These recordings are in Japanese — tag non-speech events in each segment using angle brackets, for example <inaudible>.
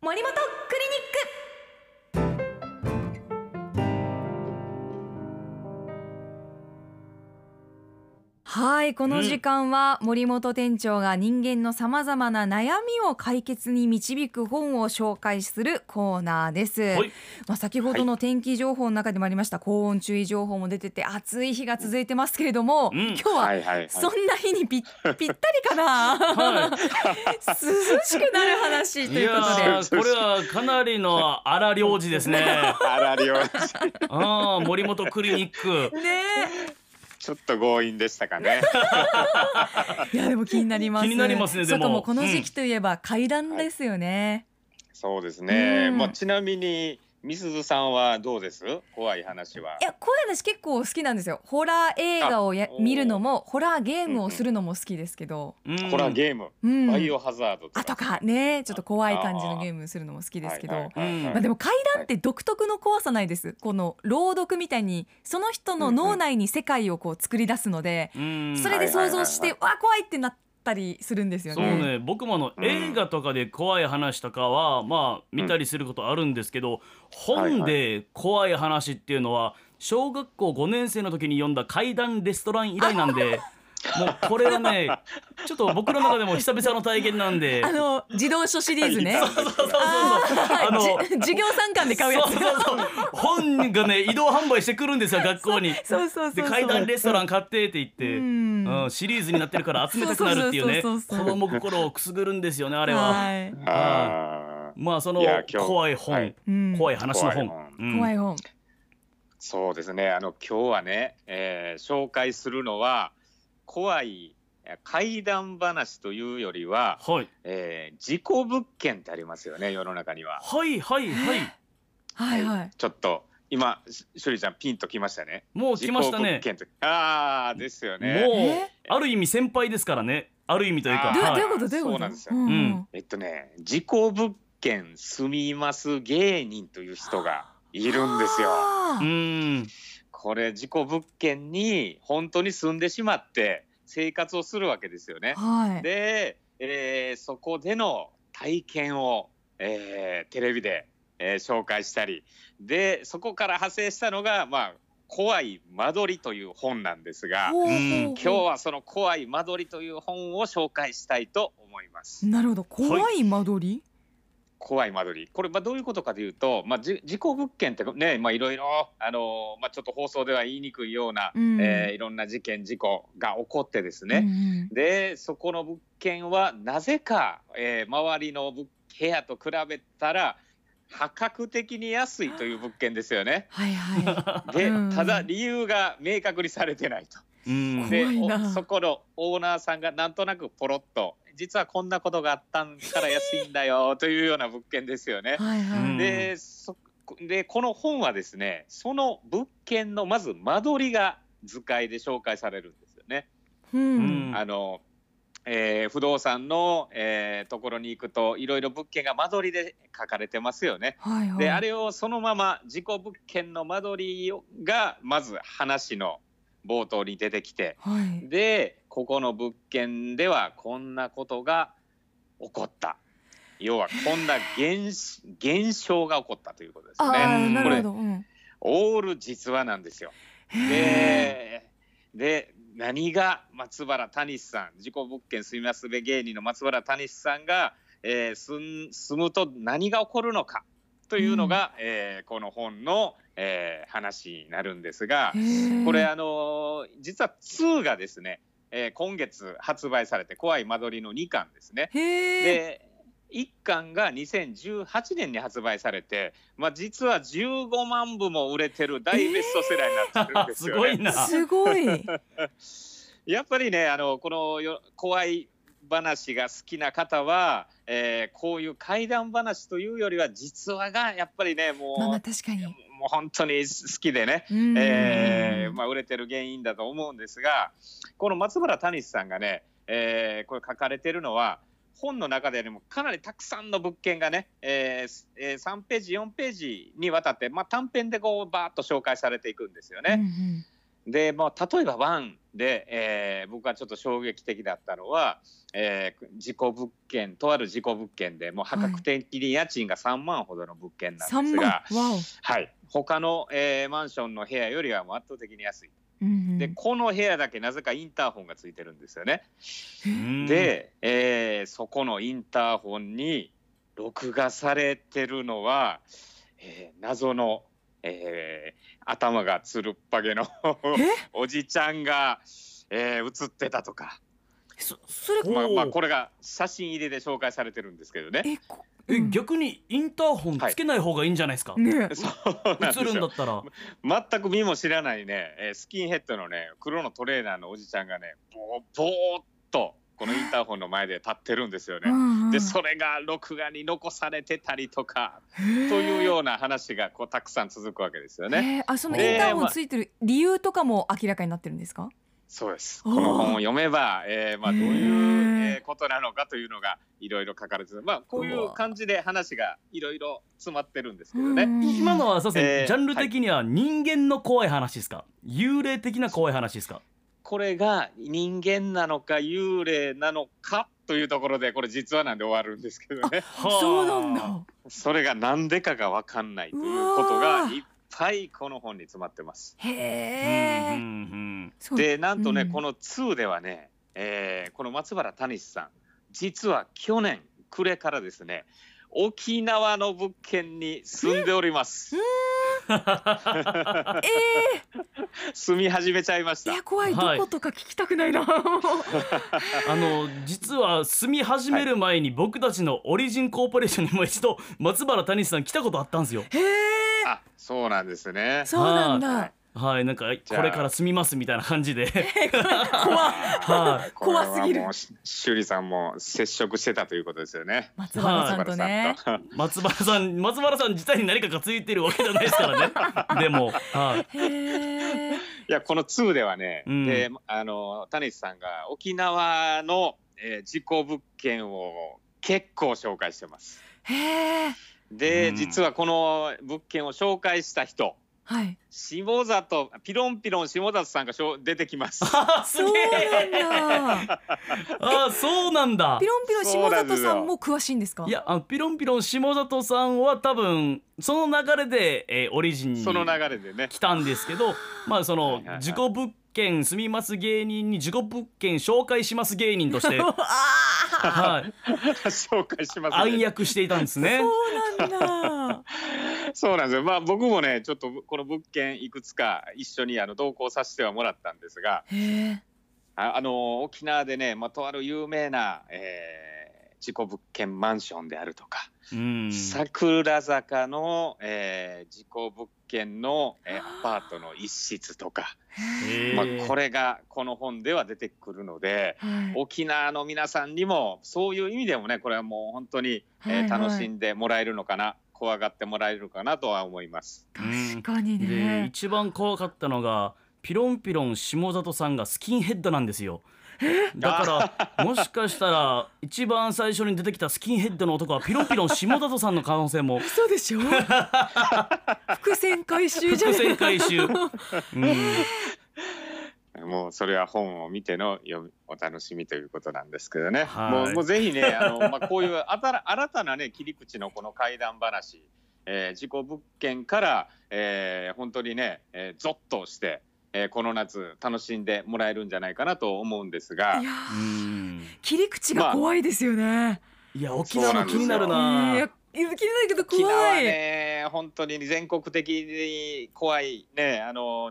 森本クリニックはいこの時間は森本店長が人間のさまざまな悩みを解決に導く本を紹介するコーナーです、はいまあ、先ほどの天気情報の中でもありました、高温注意情報も出てて暑い日が続いてますけれども、うん今日ははいはいはい。そんな日にぴぴったりかな、は <laughs> 涼しくなる話といいうやことで。ーこれはかなりの荒領事で <laughs> すね。あらりょうあー森本クリニック。ねちょっと強引でした <laughs> かね。え、いやでも気になります。気になりますねでもそこもこの時期といえば階段ですよね。そうですね。うんまあちなみにみすずさんはどうです？怖い話は。い、やこういう話結構好きなんですよ。ホラー映画をやあおー見るのもホラーゲームをするのも好きですけど。うんホラーゲーム、うん。バイオハザードとか。あとかねちょっと怖い感じのゲームするのも好きですけど。はいはいはいはいまあでも階段って独特の怖さないです。この朗読みたいにその人の脳内に世界をこう作り出すので、うんそれで想像して、はいわあ怖いってなったりするんですよそうね。ね僕もあの映画とかで怖い話とかはまあ見たりすることあるんですけど本で怖い話っていうのは小学校5年生の時に読んだ怪談レストラン以来なん <laughs> でもうこれはねちょっと僕の中でも久々の体験なんであ。の自動書シリーズ <laughs> ね。そうそうそうそうあのあじ <laughs> 授業参観で買うやつ。そうそうそう本がね移動販売してくるんですよ学校に。そうそうそうでそう。階段レストラン買ってって言って、ううんんシリーズになってるから集めたくなるっていうねそう子そうそうそうそう供心をくすぐるんですよねあれは。はい。あーまあそのいや今日怖い本、はいうん怖い話の怖本い本うん怖い本。そうですね。あの今日はね、えー紹介するのは怖いえー怪談話というよりは、はいえー、事故物件ってありますよね世の中には。はいはいはいはいはい。ちょっと今しゅりちゃんピンときましたね。もう来ましたね事故物件ってああですよね。もうえある意味先輩ですからねある意味というかあどうはどいういうことどういうこと。そうなんですようんえっとね、事故物件住みます芸人という人がいるんですよ。あうーんこれ事故物件に本当に住んでしまって生活をするわけですよね。はい。で、えーそこでの体験を、えーテレビで、えー紹介したりでそこから派生したのが、まあ、怖い間取りという本なんですがほうほうほううん今今日はその怖い間取りという本を紹介したいと思います。なるほど怖い間取り。怖い間取り、これ、まあ、どういうことかというと、まあ、じ事故物件ってね、まあ、いろいろ、あのーまあ、ちょっと放送では言いにくいような、うんえーいろんな事件、事故が起こってですうんね、うん。でそこの物件はなぜか、えー周りの物部屋と比べたら、破格的に安いという物件ですよね。はい <laughs> はでうんただ、理由が明確にされてないと。うんで怖いなおそこのオーナーさんがなんとなくポロッと実はこんなことがあったから安いん <laughs> だよというような物件ですよねい。。はいはうい。んでそでこの本はですねその物件のまず間取りが図解で紹介されるんですよね。ううんん。 <laughs> あのえー不動産の、えーところに行くといろいろ物件が間取りで書かれてますよね。はいはい。であれをそのまま事故物件の間取りをがまず話の冒頭に出てきてはい。でここの物件ではこんなことが起こった要はこんな現し現象が起こったということですあね。あうんなるほど。うん。オール実話なんですよ。でで何が松原谷さん自己物件住みますべ芸人の松原谷さんが、えー住ん住むと何が起こるのかというのが、えーこの本の、えー話になるんですが。これ、あのー実は2がですね、えー今月発売されて、怖い間取りの2巻ですね。へえ。で、1巻が2018年に発売されて、まあ、実は15万部も売れてる大ベストセラーになってるんですすよご <laughs> ね。いなすご <laughs> い。やっぱりね、あのこのよ怖い話が好きな方は、えーこういう怪談話というよりは、実話がやっぱりね、もう,、まあまあ確かに。もう本当に好きでね、うんえーまあ、売れてる原因だと思うんですがこの松原谷さんがね、えーこれ書かれてるのは本の中でもかなりたくさんの物件がね、えーすえー3ページ4ページにわたって、まあ、短編でこうバーッと紹介されていくんですよね。うんうんで、まあ、例えば1で、えー僕がちょっと衝撃的だったのは、えー事故物件とある事故物件でもう破格的に家賃が3万ほどの物件なんです3が、万はわいお、他の、えーマンションの部屋よりはもう圧倒的に安いうんうんでこの部屋だけなぜかインターホンがついてるんですよね。うんで、えーそこのインターホンに録画されてるのは、えー謎の、えー頭がつるっぱげの <laughs> おじちゃんが、えー映ってたとか、そそれまあまあ、これれが写真入りで紹介されてるんですけどね。えこえうん逆にインターホンつけない方がいいんじゃないですか、ねそうなん映でるすんだよったら全く身も知らないね、えースキンヘッドのね黒のトレーナーのおじちゃんがねぼーぼーっとこのインターホンの前で立ってるんですよね。でそれが録画に残されてたりとかとといううような話がこうたくさん続くわけですよね。ね。へーあそのイでンターホまンあついてる理由とかも明らかになってるんですか？そうです。おーこの本を読めば、えーまあ、へどうーいう、えーことなのかというのがいろいろ書かれてるまあこういううわ感じで話がいろいろ詰まってるんですけうどんうね。ん今のはさすがにえージャンル的には人間の怖い話ですか、幽霊的な怖い話ですかこれが人間なのか幽霊なのかというところでこれ実話なんで終わるんですけどね。そうなんはあだ。それが何でかが分かんないということうわがーいっぱいこの本に詰まってます。へうんうえ。んそうでなんとね、うんこの2ではね、えーこの松原谷さん実は去年暮れからですね沖縄の物件に住んでおりますえ。 <laughs> 住み始めちゃいましいたや。怖い、はいどことか聞きたくないな。うんあの実は住み始める前に僕たちのオリジンコーポレーションにも一度松原谷さん来たことあったんですよへえ。あそうなんですね。そうなんだ。はいなんかじゃあこれから住みますみたいな感じで <laughs> <laughs> 怖っ。はいこれは怖すぎるもうし修理さんも接触してたということですよね。松原さんとね。松原松原ささんとん松原さん自体に何かがついてるわけじゃないですから <laughs> ねでもはいへえ。いやこの2ではね、うんであの谷さんが沖縄の、えー、事故物件を結構紹介してます。へえ。で、うん実はこの物件を紹介した人はい。下里ピロンピロン下里さんがしょ出てきます。あーすそげうえなんだ。あーそうなんだピロンピロン下里さんも詳しいんですか？いやあのピロンピロン下里さんは多分その流れで、えーオリジンにその流れでね <laughs> 来たんですけどまあそはいのはいはい自己物件住みます芸人に自己物件紹介します芸人と <laughs> してああ。はい紹介します暗ね、躍していたんです <laughs> ね。そうなんだ。そうなんですよまあ僕もねちょっとこの物件いくつか一緒にあの同行させてはもらったんですが <laughs> へえ。ああの沖縄でね、まあ、とある有名な、えー、事故物件マンションであるとか、うん桜坂の、えー、事故物件の、えーアパートの一室とか、へまーあ、これがこの本では出てくるので。はい。沖縄の皆さんにもそういう意味でもねこれはもう本当に、えーはいはい楽しんでもらえるのかな怖がってもらえるのかなとは思います。確かにでね。一番怖かったのがピロンピロン下里さんがスキンヘッドなんですよだ <laughs> からもしかしたら一番最初に出てきたスキンヘッドの男はピロンピロン下里さんの可能性も嘘で <laughs> しょ。伏線回収じゃ伏ん。線回収、うんもうそれは本を見ての読みお楽しみということなんですけどね、はいもうもうぜひねあの、まあ、こういうあたら新たな、ね、切り口のこの怪談話、えー、事故物件から、えー本当にね、えー、ゾッとして、えーこの夏楽しんでもらえるんじゃないかなと思うんですがいやーうん切り口が怖いですよね。いや沖縄も気になるいなや気づけないけど沖縄怖い。ね本当に全国的に怖いねあの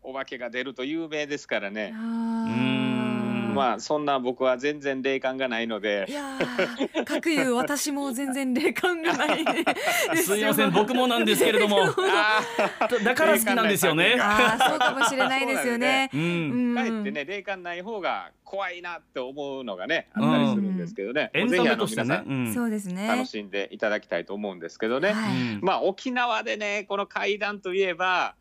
お化けが出ると有名ですからいやね、ーんまあそんな僕は全然霊感がないのでい。やー、各有私も全然霊感がない、ね。すいません僕もなんですけれどもあーだから好きなんですよね霊感ない <laughs> ああ、そうかもしれないですよね。ううんんかえってね霊感ない方が怖いなって思うのがねあったりするんですけどね、エンぜタひメあのとして皆さねんうんそうですね。楽しんでいただきたいと思うんですけどね、はういんまあ沖縄でねこの怪談といえば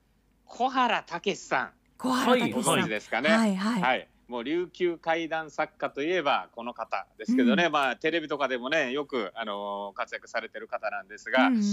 小原武史さん小原はい武史ごさん、は存い知ですかね、はいはいはい、もう琉球怪談作家といえばこの方ですけどね、まあテレビとかでもねよくあの活躍されてる方なんですが、うんうん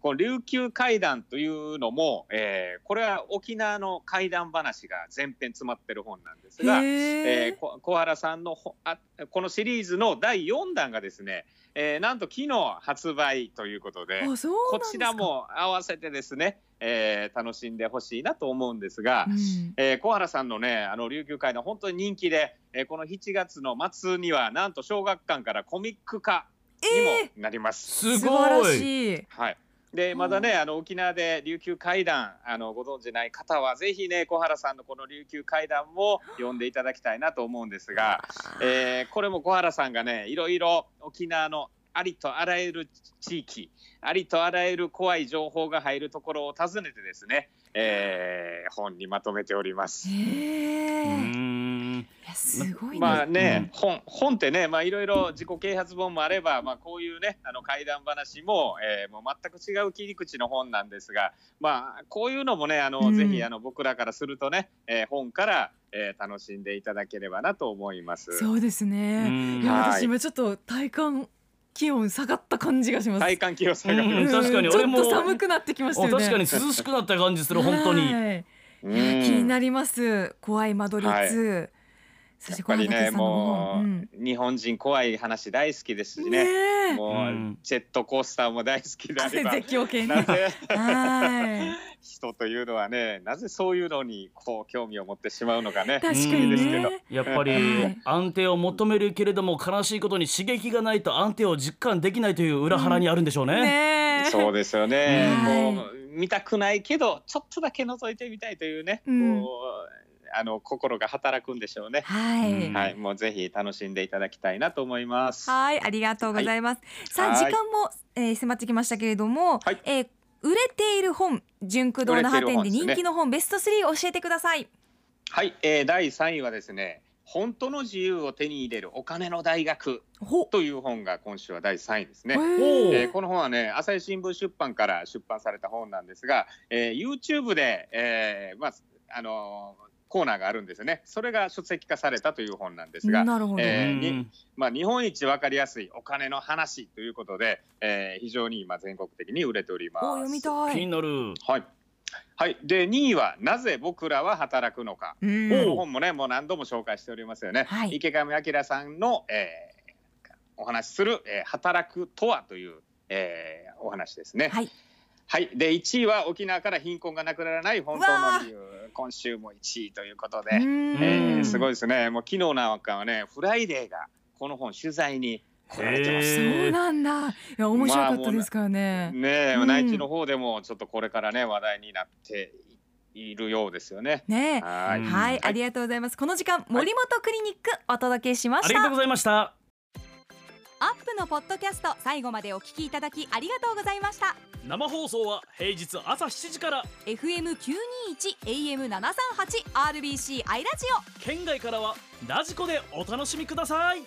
この琉球怪談というのも、えーこれは沖縄の怪談話が全編詰まってる本なんですが、へえーーこ小原さんのほあこのシリーズの第4弾がですね、えーなんと昨日発売ということで。あそうなこんですかちら、も合わせてですね、えー楽しんでほしいなと思うんですが、うんえー小原さんのねあの琉球会の本当に人気で、えーこの7月の末にはなんと小学館からコミック化にえもなります。ー、す素晴ごらいしい。はいでまたね、あの沖縄で琉球会談あのご存じない方はぜひね小原さんのこの琉球会談も読んでいただきたいなと思うんですが、えーこれも小原さんがねいろいろ沖縄のありとあらゆる地域ありとあらゆる怖い情報が入るところを訪ねてですね、えー本にまとめております。へうーいーんやすごいな、まあね、う本本ってね、まあいろいろ自己啓発本もあれば、まあこういうね、あの怪談話も、えーもう全く違う切り口の本なんですが、まあこういうのもね、あの、うんぜひあの僕らからするとね、えー本から、えー楽しんでいただければなと思います。そうですうね。んいや、はい私今ちょっと体感気温下がった感じがします。体感気を下がうん。る確かにうん俺もちょっと寒くなってきましたあよね。確かに涼しくなった感じする本当にはいうんいや気になります。怖い間取り2。そやしてっぱり小原武さんね、の本もううん日本人怖い話大好きですしねね、えもううんジェットコースターも大好きであれば、 <laughs> 絶叫系なね。ぜ。は人というのはねなぜそういうのにこう興味を持ってしまうのかねい。確かにですけどね。やっぱはいり安定を求めるけれども悲しいことに刺激がないと安定を実感できないという裏腹にあるんでしょうね。ねえ。そうですよねはいこう見たくないけどちょっとだけ覗いてみたいというね、うんこうあの心が働くんでしょうね、はういん。はいもうぜひ楽しんでいただきたいなと思いますはい、ありがとうございます。さあ、はい時間も、えー迫ってきましたけれども、はいえー売れている本、純駆動の破店で人気の本、ベスト3教えてください。はい、えー第3位はですね本当の自由を手に入れるお金の大学ほ、という本が今週は第3位ですねへおーえーこの本はね朝日新聞出版から出版された本なんですが、えー YouTube で、えーまああのーコーナーがあるんですよねそれが書籍化されたという本なんですが、なるほど。えーうんにまあ、日本一わかりやすいお金の話ということで、えー非常に今全国的に売れております。お読みた気いに。なる。はいはい、で2位は「なぜ僕らは働くのか」うんこおの本もねもう何度も紹介しておりますよね、はい池上彰さんの、えーお話しする、えー働くとは」という、えーお話ですね。はいはいで1位は沖縄から貧困がなくならない本当の理由今週も1位ということで、うんえうんーすごいですねもう昨日なんかはね「フライデー」がこの本取材に来られてまへす。そうなんだ。いや、面白かったですからね。ねえ、うん内地の方でもちょっとこれからね話題になっているようですよね。ねえ。はういんはい、ありがとうございます。この時間、森本クリニックお届けしまあしりがとたう。ございました。アップのポッドキャスト、最後までお聞きいただきありがとうございました。生放送は平日朝7時から FM 九二一 AM 七三八 RBC アイラジオ。県外からはラジコでお楽しみください